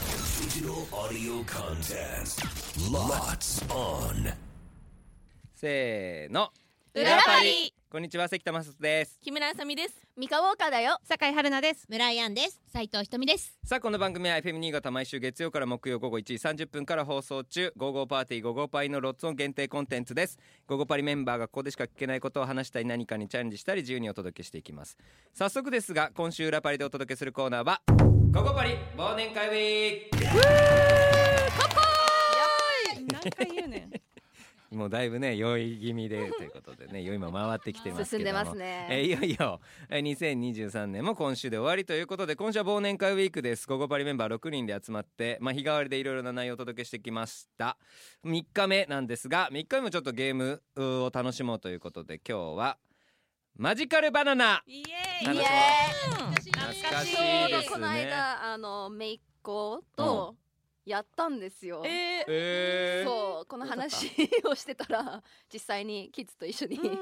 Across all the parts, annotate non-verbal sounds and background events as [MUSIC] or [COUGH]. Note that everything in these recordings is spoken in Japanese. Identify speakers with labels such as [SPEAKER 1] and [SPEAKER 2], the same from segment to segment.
[SPEAKER 1] Digital audio contest. Lots on.
[SPEAKER 2] せーの
[SPEAKER 3] 裏パリ
[SPEAKER 2] こんにちは関田正人です
[SPEAKER 3] 木村あさみです
[SPEAKER 4] ミカウォーカーだよ
[SPEAKER 5] 酒井春菜です
[SPEAKER 3] 村井ンです
[SPEAKER 4] 斉藤ひとみです
[SPEAKER 2] さあこの番組は FM 新潟毎週月曜から木曜午後1時30分から放送中「午後パーティー午後パイ」のロッツオン限定コンテンツです午後パリメンバーがここでしか聞けないことを話したり何かにチャレンジしたり自由にお届けしていきます早速ですが今週裏パリでお届けするコーナーは「午後パリ忘年会ウィーク
[SPEAKER 5] 何回言うねん」
[SPEAKER 2] もうだいぶね酔い気味でということでね酔いも回ってきてます
[SPEAKER 4] 進ん
[SPEAKER 2] け
[SPEAKER 4] で
[SPEAKER 2] ども
[SPEAKER 4] ます
[SPEAKER 2] えー
[SPEAKER 4] ね
[SPEAKER 2] いよいよえー2023年も今週で終わりということで今週は忘年会ウィークです午後パリメンバー6人で集まって、まあ、日替わりでいろいろな内容をお届けしてきました3日目なんですが3日目もちょっとゲームうーを楽しもうということで今日はマジカルバナナ
[SPEAKER 5] イ
[SPEAKER 2] え
[SPEAKER 5] エ
[SPEAKER 2] ー
[SPEAKER 5] ー
[SPEAKER 2] イ
[SPEAKER 5] イ
[SPEAKER 2] イエ懐かしい
[SPEAKER 4] ちょうどこの間あのめいっ子とやったんですよ、
[SPEAKER 5] えー
[SPEAKER 2] え
[SPEAKER 4] そうこの話をしてたら実際にキッズと一緒に
[SPEAKER 5] うん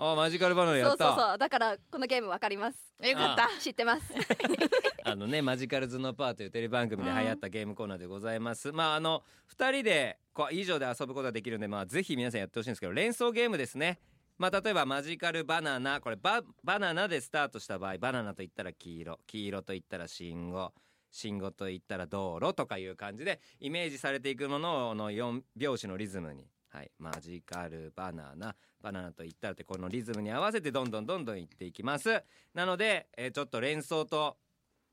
[SPEAKER 2] あマジカルバナナ
[SPEAKER 4] そ
[SPEAKER 2] やっ
[SPEAKER 4] うそう
[SPEAKER 2] た
[SPEAKER 4] そうだからこのゲームわかります
[SPEAKER 5] よ
[SPEAKER 2] かった
[SPEAKER 4] 知ってます
[SPEAKER 2] [LAUGHS] あのねマジカルズのパーというテレビ番組で流行ったゲームコーナーでございます、まああの2人でこう以上で遊ぶことができるんでまあぜひ皆さんやってほしいんですけど連想ゲームですねまあ例えばマジカルバナナこれババナナでスタートした場合バナナと言ったら黄色黄色と言ったら信号信号と言ったら道路とかいう感じでイメージされていくものをの4拍子のリズムに、はい、マジカルバナナバナナと言ったらってこのリズムに合わせてどんどんどんどんいっていきますなので、えーちょっと連想と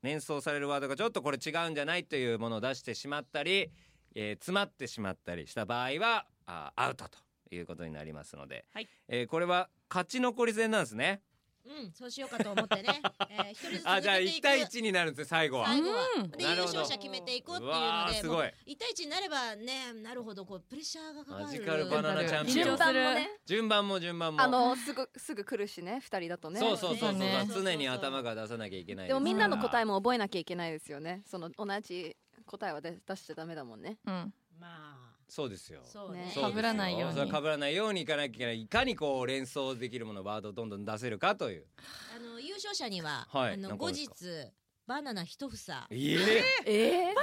[SPEAKER 2] 連想されるワードがちょっとこれ違うんじゃないというものを出してしまったり、えー詰まってしまったりした場合はあーアウトということになりますので、
[SPEAKER 5] はい
[SPEAKER 2] えーこれは勝ち残り戦なんですね
[SPEAKER 3] うんそうしようかと思って
[SPEAKER 2] [LAUGHS]
[SPEAKER 3] ねえー一人ずつ
[SPEAKER 2] あ
[SPEAKER 3] 抜
[SPEAKER 2] じゃあ
[SPEAKER 3] けて
[SPEAKER 2] 1
[SPEAKER 3] いく
[SPEAKER 2] 対1になるんですね最後は
[SPEAKER 3] 最後はで
[SPEAKER 2] な
[SPEAKER 3] 優
[SPEAKER 2] るほど
[SPEAKER 3] 勝者決めていこうってい
[SPEAKER 2] う
[SPEAKER 3] う
[SPEAKER 2] わーす
[SPEAKER 3] ので
[SPEAKER 2] ご
[SPEAKER 3] も
[SPEAKER 2] いう
[SPEAKER 3] 一対一になればねなるほどこうプレッシャーがかかる
[SPEAKER 2] マジカルバナナチャンピ
[SPEAKER 5] 緊
[SPEAKER 2] オ
[SPEAKER 5] 張
[SPEAKER 2] ン
[SPEAKER 5] する
[SPEAKER 4] ね
[SPEAKER 2] 順番も順番も
[SPEAKER 4] あのすぐすぐ来るしね二人だとね
[SPEAKER 2] そうそうそうそう、
[SPEAKER 5] ね
[SPEAKER 2] 常に頭が出さなきゃいけない
[SPEAKER 4] でもみんなの答え
[SPEAKER 2] も
[SPEAKER 4] も覚えなきゃいけないですよねその同じ答えは出出しちゃダメだもんね
[SPEAKER 5] うん
[SPEAKER 3] まあ
[SPEAKER 2] そうですよ
[SPEAKER 3] そうね
[SPEAKER 4] ね
[SPEAKER 2] そうです
[SPEAKER 5] 被らないように
[SPEAKER 2] そは被らないようにいかなきゃいけないいかにこう連想できるものワードをどんどん出せるかという
[SPEAKER 3] あの優勝者には、
[SPEAKER 2] はい
[SPEAKER 3] あ
[SPEAKER 2] な
[SPEAKER 3] の
[SPEAKER 2] んかあ
[SPEAKER 3] 後
[SPEAKER 2] るんです
[SPEAKER 3] 日
[SPEAKER 2] か
[SPEAKER 3] バナナ一房
[SPEAKER 2] ええ
[SPEAKER 4] え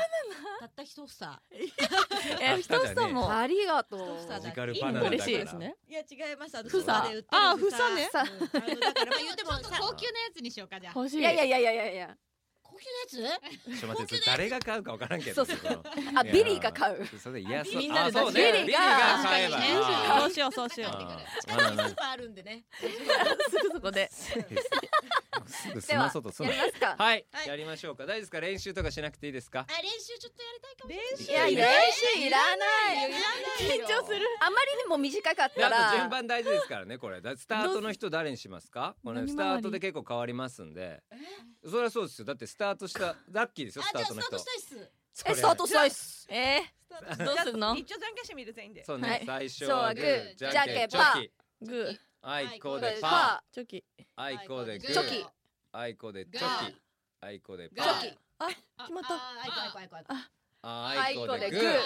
[SPEAKER 3] たった一房
[SPEAKER 5] えひとさん
[SPEAKER 4] ー、
[SPEAKER 5] も
[SPEAKER 4] ありがとう
[SPEAKER 3] そ
[SPEAKER 2] マ
[SPEAKER 3] うだ
[SPEAKER 2] ジカル
[SPEAKER 3] いい
[SPEAKER 2] バナナだから
[SPEAKER 5] 嬉しいですね
[SPEAKER 3] いや違いますあの
[SPEAKER 5] 房
[SPEAKER 3] 房で売ってる
[SPEAKER 5] あ房ね
[SPEAKER 3] うんあのだからまあ言ってもさ
[SPEAKER 6] 高級なやつにしようかじゃあ
[SPEAKER 5] 欲しい
[SPEAKER 4] いやいやいやいやいやいや
[SPEAKER 3] 高級なやつ
[SPEAKER 2] ちょっと待ってそれ誰が買うか分からんけど
[SPEAKER 4] そうそ
[SPEAKER 2] この
[SPEAKER 4] あ
[SPEAKER 2] いや
[SPEAKER 4] ビリーが買う
[SPEAKER 2] それいやそう
[SPEAKER 5] みんなで
[SPEAKER 2] あそうね
[SPEAKER 4] ビリーが
[SPEAKER 2] ビリーが買えば
[SPEAKER 6] 確
[SPEAKER 2] あ
[SPEAKER 5] そうしようそうしよ
[SPEAKER 2] ー
[SPEAKER 5] う
[SPEAKER 2] あ
[SPEAKER 3] 近く
[SPEAKER 2] ー
[SPEAKER 3] に
[SPEAKER 2] まあ
[SPEAKER 3] スーパーあるんでね
[SPEAKER 5] すぐそこで
[SPEAKER 2] まあすぐ済
[SPEAKER 4] では
[SPEAKER 2] ま
[SPEAKER 4] や
[SPEAKER 2] そうとすん
[SPEAKER 4] り
[SPEAKER 2] な
[SPEAKER 4] ますか
[SPEAKER 2] はい
[SPEAKER 3] はい
[SPEAKER 2] やりましょうか大丈夫ですか練習とかしなくていいですか
[SPEAKER 3] あ練習ちょっとやりたいかもしれな
[SPEAKER 2] 習
[SPEAKER 4] い
[SPEAKER 3] い
[SPEAKER 4] や練習いらないよ
[SPEAKER 5] 緊張する
[SPEAKER 4] あまりにも短かっ
[SPEAKER 2] で
[SPEAKER 4] た
[SPEAKER 2] あと
[SPEAKER 4] ら
[SPEAKER 2] 順番大事ですからねこれだスタートの人誰にしますかこれ
[SPEAKER 5] 何
[SPEAKER 2] ス
[SPEAKER 5] 回り
[SPEAKER 2] タートで結構変わりますんでそれはそうですよだってスタートしたラッキーですよ
[SPEAKER 3] あ
[SPEAKER 2] スタ
[SPEAKER 3] じゃあ
[SPEAKER 2] ート
[SPEAKER 3] ス
[SPEAKER 2] の
[SPEAKER 3] タート
[SPEAKER 2] 人
[SPEAKER 3] したいっす
[SPEAKER 4] えスタートしたいっす
[SPEAKER 5] えーどうするの
[SPEAKER 6] 一応じゃんけんしてみる全員で
[SPEAKER 2] そうね、
[SPEAKER 4] は
[SPEAKER 2] 最
[SPEAKER 4] い
[SPEAKER 2] 初はグー
[SPEAKER 3] そう
[SPEAKER 2] じ
[SPEAKER 3] グ
[SPEAKER 2] ゃ
[SPEAKER 3] ー
[SPEAKER 2] んけんチ
[SPEAKER 4] じゃん
[SPEAKER 2] ョ
[SPEAKER 4] けん
[SPEAKER 2] キ
[SPEAKER 5] グー
[SPEAKER 2] あいこでパ
[SPEAKER 4] パ
[SPEAKER 5] チョキ
[SPEAKER 2] ーあいこでグー
[SPEAKER 4] チョキ
[SPEAKER 2] あいこでチョ
[SPEAKER 3] ガー
[SPEAKER 2] キあいこでパ
[SPEAKER 3] ガ
[SPEAKER 2] ー
[SPEAKER 3] ー
[SPEAKER 5] 決まった
[SPEAKER 6] あああああああ
[SPEAKER 2] ああいこでグ
[SPEAKER 4] あいこでグ
[SPEAKER 2] ー
[SPEAKER 4] ー
[SPEAKER 2] あ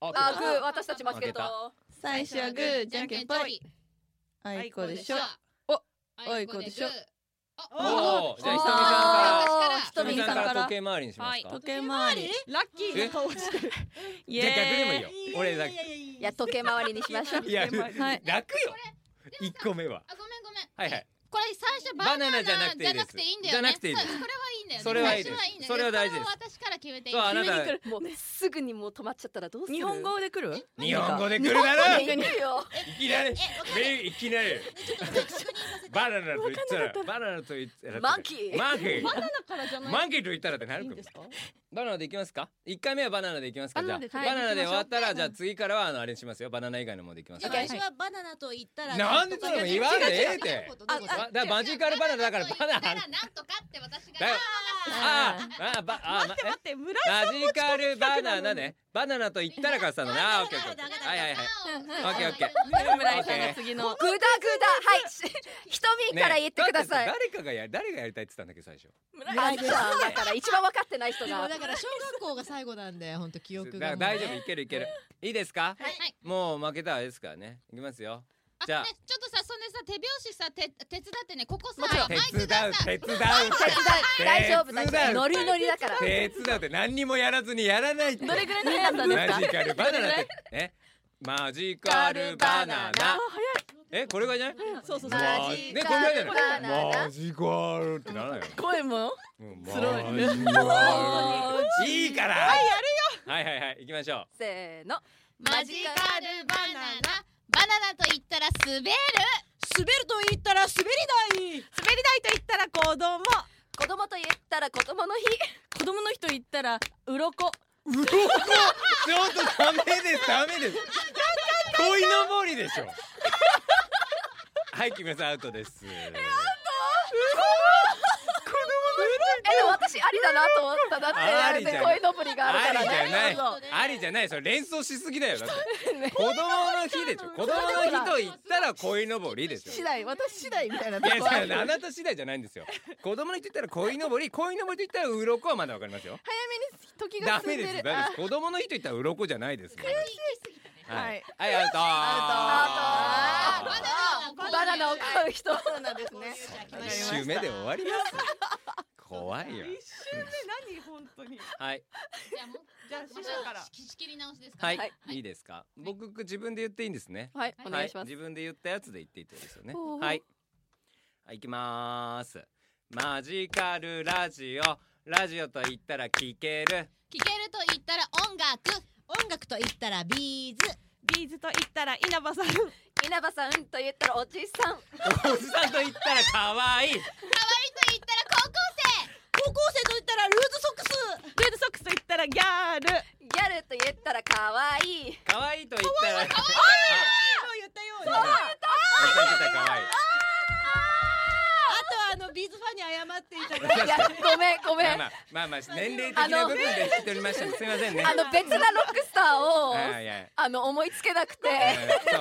[SPEAKER 4] あ
[SPEAKER 2] こ
[SPEAKER 4] グ
[SPEAKER 2] こ
[SPEAKER 4] ー私たち負けた
[SPEAKER 5] 最初はグーじゃんけんぽい
[SPEAKER 6] い
[SPEAKER 5] あいこでしょ
[SPEAKER 6] お
[SPEAKER 5] あいこでしょ
[SPEAKER 6] お
[SPEAKER 2] おーじゃあひとみさん
[SPEAKER 5] ひとみ
[SPEAKER 2] からひとみさ
[SPEAKER 5] さん
[SPEAKER 2] ん
[SPEAKER 5] か
[SPEAKER 2] から
[SPEAKER 5] ら
[SPEAKER 2] 時計回りにしますか、
[SPEAKER 5] 時計回り
[SPEAKER 6] ラッキーな顔してる
[SPEAKER 5] イ
[SPEAKER 2] じゃあ逆でもいいよ
[SPEAKER 5] エ
[SPEAKER 2] 俺だけ
[SPEAKER 4] いや時計回りにしましょう
[SPEAKER 2] いや
[SPEAKER 6] 時計回り
[SPEAKER 5] はい
[SPEAKER 2] 楽よ一個目は
[SPEAKER 6] あごめんごめ
[SPEAKER 2] は
[SPEAKER 6] ん
[SPEAKER 2] いはい
[SPEAKER 6] これ最初バナナじゃなくていいんだよね
[SPEAKER 2] じゃなくていいです
[SPEAKER 6] そうこれはいいんだよね
[SPEAKER 2] それはいいです
[SPEAKER 6] 最初はいいんだけ
[SPEAKER 2] そ
[SPEAKER 6] ど
[SPEAKER 2] れは大事です
[SPEAKER 6] これ私から決めていい
[SPEAKER 2] そう [LAUGHS] あなた
[SPEAKER 5] 急に来
[SPEAKER 4] もうすぐにもう止まっちゃったらどうす
[SPEAKER 5] ーイ
[SPEAKER 4] る
[SPEAKER 5] 日本語で来る
[SPEAKER 2] 日本語で来
[SPEAKER 4] 日
[SPEAKER 2] る
[SPEAKER 4] 本
[SPEAKER 2] だろ
[SPEAKER 4] 語
[SPEAKER 2] い
[SPEAKER 4] で行くよ
[SPEAKER 2] きなり
[SPEAKER 3] えわかんない
[SPEAKER 2] めいきなり
[SPEAKER 3] ちょっと確認させて
[SPEAKER 2] バナナと言ったらバナナと言ったら
[SPEAKER 4] マンキー
[SPEAKER 2] マンキー
[SPEAKER 5] からじゃ
[SPEAKER 2] マンキーと言ったらってなるか
[SPEAKER 5] か
[SPEAKER 2] バナナでいきますか一回目はバナナでいきますかじゃあ
[SPEAKER 5] バナ
[SPEAKER 2] バナナ
[SPEAKER 5] ナではい
[SPEAKER 2] で終わったら
[SPEAKER 5] 行きましょう
[SPEAKER 2] じゃあ次からはあのあれにしますよバナナ以外のものでいきます
[SPEAKER 3] じゃ
[SPEAKER 2] か
[SPEAKER 3] あ
[SPEAKER 2] ら
[SPEAKER 3] 私はバナナと言ったら
[SPEAKER 2] なんでそれ言わんでええって
[SPEAKER 3] あ
[SPEAKER 2] あだからマジカルバナナだからバナナ
[SPEAKER 6] だからなんとかって私が
[SPEAKER 2] だよあ
[SPEAKER 5] あ
[SPEAKER 2] ーあーばあー
[SPEAKER 6] 待って待って村井
[SPEAKER 2] マジカルバナナね。バナナと言ったらかさのな。あーオッケーオッケー。はいはいはい。オッケーオッケー。
[SPEAKER 5] 村井さんが次の
[SPEAKER 4] グダグダはいひとみから言ってください
[SPEAKER 2] ね誰かがや誰がやりたいって言ったんだっけ最初。
[SPEAKER 4] あじゃあだから一番分かってない人
[SPEAKER 3] でも
[SPEAKER 4] [LAUGHS] が
[SPEAKER 3] だから小学校が最後なんで本当記憶
[SPEAKER 2] だ
[SPEAKER 3] が
[SPEAKER 2] 大丈夫いけるいける。いいですか？
[SPEAKER 6] はい
[SPEAKER 2] もう負けたらあれですからね。いきますよ。
[SPEAKER 6] あ
[SPEAKER 2] じゃあ
[SPEAKER 6] ねちょっとさそんでさ手拍子さて手伝ってねここさ
[SPEAKER 4] もちろん
[SPEAKER 6] マイ
[SPEAKER 2] 手伝う
[SPEAKER 6] ク出さ
[SPEAKER 2] 手伝う
[SPEAKER 4] 手伝い大丈夫大
[SPEAKER 2] 手伝う
[SPEAKER 4] 丈夫ノリノリだから
[SPEAKER 2] 手伝うって何にもやらずにやらないって
[SPEAKER 5] どれぐらいの速さですか
[SPEAKER 2] マジカルバナナってねマジカルバナ
[SPEAKER 5] あ
[SPEAKER 2] ナ
[SPEAKER 5] ー
[SPEAKER 2] えこれぐらいじゃない
[SPEAKER 5] 早いそうそうそう
[SPEAKER 4] マ
[SPEAKER 2] まあ
[SPEAKER 4] ジ
[SPEAKER 2] ねこ
[SPEAKER 4] カ
[SPEAKER 2] れ
[SPEAKER 4] ル
[SPEAKER 2] ぐ
[SPEAKER 4] バ
[SPEAKER 2] らいじゃ
[SPEAKER 4] ナ
[SPEAKER 2] ない
[SPEAKER 4] ナ
[SPEAKER 2] マジカルってならないよ
[SPEAKER 5] 声も
[SPEAKER 2] うん
[SPEAKER 5] スローに
[SPEAKER 2] マジカルいいからはいやるよはいはいはい行きましょう
[SPEAKER 4] せーの
[SPEAKER 6] マジカルバナナバナナと言ったら滑る
[SPEAKER 5] 滑ると言ったら滑り台滑り台と言ったら子供
[SPEAKER 4] 子供と言ったら子供の日
[SPEAKER 5] 子供の日と言ったら鱗
[SPEAKER 2] うろこちょっとダメですダメです鯉のぼりでしょはい木村さんアウトです
[SPEAKER 4] えでも私ありだなと思っただ
[SPEAKER 2] あ
[SPEAKER 4] っ
[SPEAKER 2] りじ
[SPEAKER 4] て
[SPEAKER 2] ゃん
[SPEAKER 4] 恋のぼりがあるから
[SPEAKER 2] ありじゃん
[SPEAKER 4] ね
[SPEAKER 2] ない
[SPEAKER 6] そうね
[SPEAKER 2] ありじゃないそれ連想しすぎだよだって子供の日でしょ子供の日と言ったら鯉のぼりでしょ
[SPEAKER 5] 次第私次第みたいないとこ
[SPEAKER 2] やいやあなた次第じゃないんですよ子供の日と言ったら鯉のぼり鯉のぼりと言ったら鱗はまだわかりますよ
[SPEAKER 5] 時が
[SPEAKER 2] ダ
[SPEAKER 5] 進
[SPEAKER 2] メ
[SPEAKER 5] んで
[SPEAKER 2] です
[SPEAKER 5] る
[SPEAKER 2] ダメです
[SPEAKER 5] あ
[SPEAKER 2] 子供の日と言ったら鱗じゃないですもんはいはい
[SPEAKER 4] ア
[SPEAKER 2] ア
[SPEAKER 4] ウ
[SPEAKER 2] ウ
[SPEAKER 4] ト
[SPEAKER 2] ト
[SPEAKER 4] アウト
[SPEAKER 6] バ
[SPEAKER 4] バナ
[SPEAKER 6] ナナ
[SPEAKER 4] ナ
[SPEAKER 6] を
[SPEAKER 4] を
[SPEAKER 6] 買う
[SPEAKER 4] 買う人
[SPEAKER 5] そうなんですね
[SPEAKER 2] 一周目で終わります。怖いよ。
[SPEAKER 5] 何本当に
[SPEAKER 2] はい、
[SPEAKER 6] じゃあもう
[SPEAKER 5] じゃあ
[SPEAKER 6] ま
[SPEAKER 5] 師匠から
[SPEAKER 6] た仕切り直しですか
[SPEAKER 2] は
[SPEAKER 6] ら
[SPEAKER 2] い、いいですか。僕自分で言っていいんですね。
[SPEAKER 4] はいお
[SPEAKER 2] は
[SPEAKER 4] 願い
[SPEAKER 2] い
[SPEAKER 4] し、ます
[SPEAKER 2] 自分で言ったやつで言っていいってことですよね。
[SPEAKER 4] ほうほう
[SPEAKER 2] はい。はい、行きまーす。マジカルラジオ、ラジオと言ったら聞ける。
[SPEAKER 6] 聞けると言ったら音楽
[SPEAKER 3] 音楽と言ったらビーズ
[SPEAKER 5] ビーズと言ったら稲葉さん
[SPEAKER 4] 稲葉さんと言ったらおじさん
[SPEAKER 2] おじさんと言ったら可愛い。
[SPEAKER 6] と言ったら高校
[SPEAKER 3] 高校生と言ったらルーズソックス
[SPEAKER 5] ルーズソックスと言ったらギャル
[SPEAKER 4] ギャルと言ったら可愛い
[SPEAKER 2] 可愛いと言ったら。可
[SPEAKER 5] 言ったよう
[SPEAKER 2] 愛い。おじさんと言ったら可愛い。
[SPEAKER 3] あとはあのビーズファンに謝っていただいて
[SPEAKER 4] いやごめんごめん
[SPEAKER 2] まあまあ、まあまあ、年齢的な部分で知っておりましたね。すみませんね。
[SPEAKER 4] あの別なロックスタ
[SPEAKER 2] はいは
[SPEAKER 4] ーを
[SPEAKER 2] いはい。
[SPEAKER 4] あの思いつけなくて
[SPEAKER 2] そ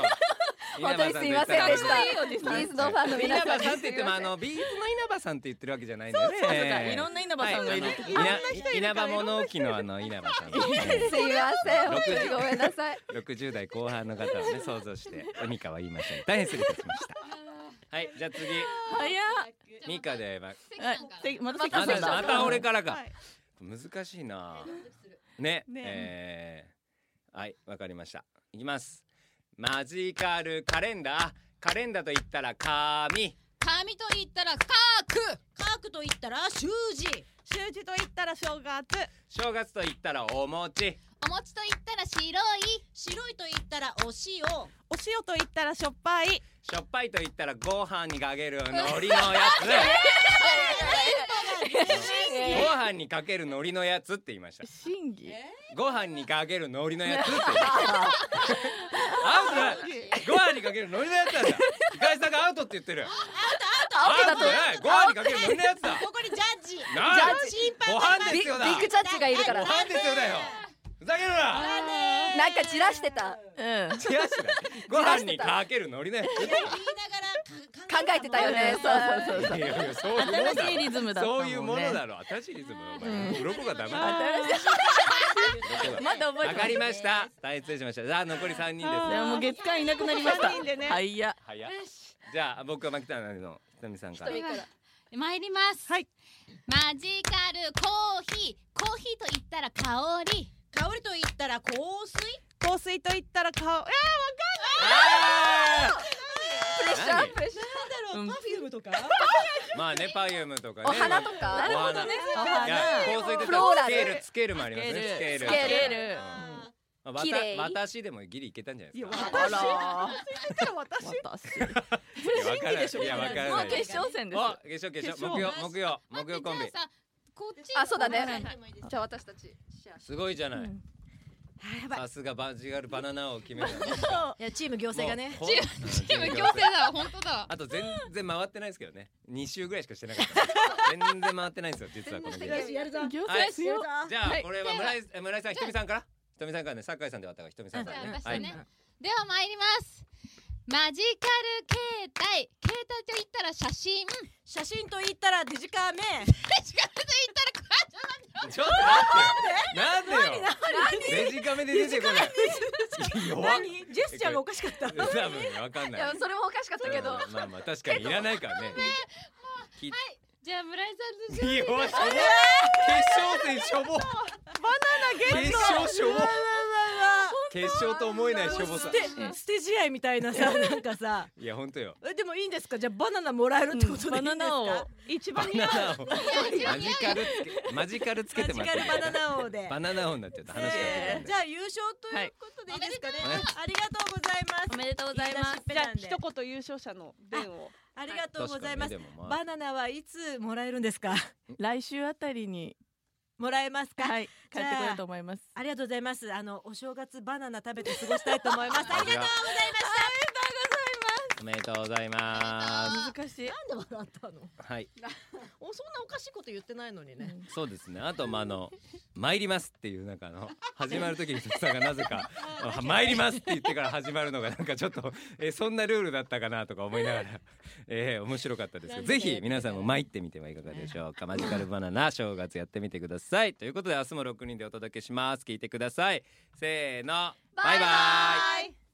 [SPEAKER 2] う
[SPEAKER 4] 本当にすいませんでしたビーズのファンの
[SPEAKER 2] 稲
[SPEAKER 4] 皆さ
[SPEAKER 2] 葉
[SPEAKER 4] ん
[SPEAKER 2] さんって言ってもあ
[SPEAKER 4] すいません
[SPEAKER 2] のビーズの稲葉さんって言ってるわけじゃないんだよね。そう
[SPEAKER 5] いろんな稲葉さんがいるってこと
[SPEAKER 2] 稲葉物置のあの稲葉さ
[SPEAKER 5] [LAUGHS]
[SPEAKER 2] ん。
[SPEAKER 4] すいません本当にごめんなさい
[SPEAKER 2] 六十代後半の方をね想像してミカは言いません。大変失礼いたしました。はいじゃあ次
[SPEAKER 5] 早っ
[SPEAKER 6] 生
[SPEAKER 2] ミカでま
[SPEAKER 6] 関さんから
[SPEAKER 5] はいまた
[SPEAKER 4] 関
[SPEAKER 5] 関
[SPEAKER 4] さ
[SPEAKER 5] さ
[SPEAKER 2] まだ
[SPEAKER 5] ん
[SPEAKER 4] んから
[SPEAKER 2] また俺から
[SPEAKER 5] は
[SPEAKER 2] か
[SPEAKER 5] い
[SPEAKER 2] 難しいな。ね
[SPEAKER 5] ね
[SPEAKER 2] えーはいわかりました。いきます。マジカルカレンダーカレンダーと言ったら紙。
[SPEAKER 6] 紙と言ったらカーク
[SPEAKER 3] カークと言ったら習字
[SPEAKER 5] 習字と言ったら正月
[SPEAKER 2] 正月と言ったらお餅
[SPEAKER 6] お餅と言ったら白い
[SPEAKER 3] 白いと言ったらお塩
[SPEAKER 5] お塩と言ったらしょっぱい
[SPEAKER 2] しょっぱいと言ったらご飯にかける海苔のやつご飯にかける海苔のやつって言いました
[SPEAKER 5] 審議
[SPEAKER 2] ご飯にかける海苔のやつって言いましたアウトだご飯にかける海苔のやつなんだガイさんがアウトって言ってるアウトじゃないご飯にかける海苔のやつだ
[SPEAKER 3] ここにジャッジ
[SPEAKER 2] なんだ
[SPEAKER 3] 審
[SPEAKER 2] ご
[SPEAKER 3] 判
[SPEAKER 2] 飯
[SPEAKER 4] ビ
[SPEAKER 2] ですよだ
[SPEAKER 4] ビッグジャッジがいるから
[SPEAKER 2] ご飯ですよだよふざけるな
[SPEAKER 4] なんか散らしてた
[SPEAKER 5] うん
[SPEAKER 2] 違うしないご飯にかける海苔のや
[SPEAKER 3] 言い
[SPEAKER 2] つ
[SPEAKER 3] なが
[SPEAKER 4] 考え
[SPEAKER 3] らか
[SPEAKER 4] てたよねそうそうそう
[SPEAKER 2] いやいやそういうもんだろ
[SPEAKER 5] 新しいリズムだったも
[SPEAKER 2] そう
[SPEAKER 5] んね
[SPEAKER 2] いうものだろ新しいリズムお前鱗がダメだ
[SPEAKER 5] まだ覚え
[SPEAKER 2] わ
[SPEAKER 5] て
[SPEAKER 2] かりました大変失礼しましたじゃあ残り三人です
[SPEAKER 5] いや
[SPEAKER 2] ね
[SPEAKER 5] もう月間いなくなりました。
[SPEAKER 3] 三人でね
[SPEAKER 5] はいや。
[SPEAKER 2] 早っじゃあ僕はマキタナのひとみさんから
[SPEAKER 4] 瞳から
[SPEAKER 6] 参ります、
[SPEAKER 5] はい
[SPEAKER 6] マジカルコーヒーコーヒーと言ったら香り
[SPEAKER 3] 香りと言ったら香水
[SPEAKER 5] 香水と言ったら顔。え
[SPEAKER 2] あ
[SPEAKER 4] プレッシャープレッシ
[SPEAKER 5] ーうん
[SPEAKER 3] パフュームとか
[SPEAKER 2] ーまあねパイウムとかね
[SPEAKER 4] ャーお花と
[SPEAKER 2] お
[SPEAKER 4] か
[SPEAKER 2] 花
[SPEAKER 5] お
[SPEAKER 2] いや
[SPEAKER 5] 花。
[SPEAKER 2] 香水って
[SPEAKER 4] フローラ
[SPEAKER 2] ス
[SPEAKER 4] ル
[SPEAKER 2] ケールスケールもありますねスケール
[SPEAKER 4] スケール
[SPEAKER 5] スケール
[SPEAKER 2] うんまあわ
[SPEAKER 4] 綺
[SPEAKER 2] た
[SPEAKER 4] 麗
[SPEAKER 2] 私でもギリいけたんじゃないですか
[SPEAKER 5] あら。私。
[SPEAKER 2] いやわからないいやわから
[SPEAKER 5] も
[SPEAKER 2] な
[SPEAKER 5] う
[SPEAKER 2] い
[SPEAKER 5] 決勝戦です。
[SPEAKER 2] お決勝決勝木曜木曜木曜コンビ
[SPEAKER 6] 待ってじゃあさこっち
[SPEAKER 4] あそうだね
[SPEAKER 6] ごめんなさい
[SPEAKER 4] じゃあ私たちシェア
[SPEAKER 2] すごいじゃない
[SPEAKER 5] うん
[SPEAKER 2] さすがバジガルバナナを決めた
[SPEAKER 3] いやチーム行政がね
[SPEAKER 2] もう
[SPEAKER 6] チ
[SPEAKER 2] ほん
[SPEAKER 6] チーム強制だわ本当だわ
[SPEAKER 2] あと全然回ってないですけどね2週ぐらいしかしてなかった全然回ってないんですよ実はこのゲーム
[SPEAKER 4] やるぞ
[SPEAKER 5] 行
[SPEAKER 2] はい
[SPEAKER 5] 政強。
[SPEAKER 2] じゃあ
[SPEAKER 5] はい
[SPEAKER 2] これは村井え村井さんひとみさんからひとみさんからね酒井さんで終わったからひとみさんから
[SPEAKER 6] じゃあ
[SPEAKER 2] ね
[SPEAKER 6] 私
[SPEAKER 2] はい
[SPEAKER 6] ねでは参りますマジカル携帯携帯と言ったら写真 [LAUGHS]
[SPEAKER 3] 写真と言ったらデジカメ
[SPEAKER 6] 写真と言ったらこれちょっと待って
[SPEAKER 2] ちょっと待ってよなんでよデジカメで出てこない弱っ
[SPEAKER 3] 何ジェスチャーがおかしかった
[SPEAKER 2] 多分わかん
[SPEAKER 4] い
[SPEAKER 2] ない
[SPEAKER 4] やそれもおかしかったけど
[SPEAKER 2] うんまあまあ確かにいらないからねき
[SPEAKER 6] じゃあ村井さんの
[SPEAKER 2] いやしょぼ決勝戦しょぼバナナゲット決勝しょぼ決勝と思えないしょぼさ
[SPEAKER 3] 捨て捨て試合みたいなさなんかさ
[SPEAKER 2] いや本当よ
[SPEAKER 3] えでもいいんですかじゃあバナナもらえるってことでいいんですか、
[SPEAKER 7] バナナを
[SPEAKER 3] 一
[SPEAKER 2] バ
[SPEAKER 3] 番似合
[SPEAKER 2] ナナ
[SPEAKER 3] う
[SPEAKER 2] をマジカルつけマジカルつけ
[SPEAKER 3] マ
[SPEAKER 2] て
[SPEAKER 3] ジ
[SPEAKER 2] もらっ
[SPEAKER 3] カ
[SPEAKER 2] ていい
[SPEAKER 3] ルバナナ王で
[SPEAKER 2] バナナ音になっちゃった話が
[SPEAKER 3] えーじゃあ優勝ということでいいですか
[SPEAKER 2] は
[SPEAKER 3] ね、
[SPEAKER 2] い
[SPEAKER 3] ありがとうございます
[SPEAKER 4] おめでとうございます
[SPEAKER 3] 言い出しっぺ
[SPEAKER 5] じゃ
[SPEAKER 3] なん
[SPEAKER 5] あ
[SPEAKER 3] で
[SPEAKER 5] 一言優勝者の弁を
[SPEAKER 3] ありがとうございます、
[SPEAKER 2] 確かにねでもまあ
[SPEAKER 3] バナナはいつもらえるんですか [LAUGHS]
[SPEAKER 5] 来週あたりに
[SPEAKER 3] もらえますか、
[SPEAKER 5] はい帰ってくれると思います
[SPEAKER 3] ありがとうございますあのお正月バナナ食べて過ごしたいと
[SPEAKER 7] [LAUGHS]
[SPEAKER 3] 思いますありがとうございます
[SPEAKER 2] おめでとうございます
[SPEAKER 5] 難しい
[SPEAKER 7] なんで笑ったの
[SPEAKER 2] はい
[SPEAKER 7] おそんなおかしいこと言ってないのにね
[SPEAKER 2] そうですねあとまああの「参ります」っていうなんかあの始まる時に徳さんがなぜか「参ります」って言ってから始まるのがなんかちょっとえーそんなルールだったかなとか思いながら [LAUGHS] えー面白かったですけどぜひ皆さんも参ってみてはいかがでしょうかマジカルバナナ正月やってみてくださいということで明日も6人でお届けします聞いてくださいせーのバイバイ
[SPEAKER 4] バイバイ